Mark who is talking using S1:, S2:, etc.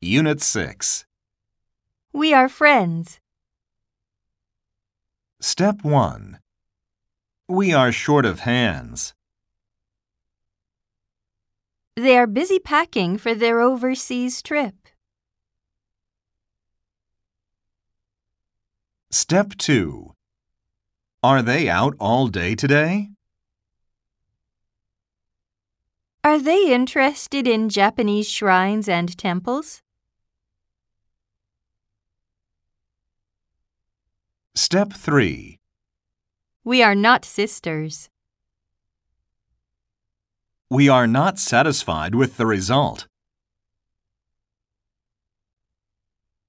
S1: Unit 6.
S2: We are friends.
S1: Step 1. We are short of hands.
S2: They are busy packing for their overseas trip.
S1: Step 2. Are they out all day today?
S2: Are they interested in Japanese shrines and temples?
S1: Step 3.
S2: We are not sisters.
S1: We are not satisfied with the result.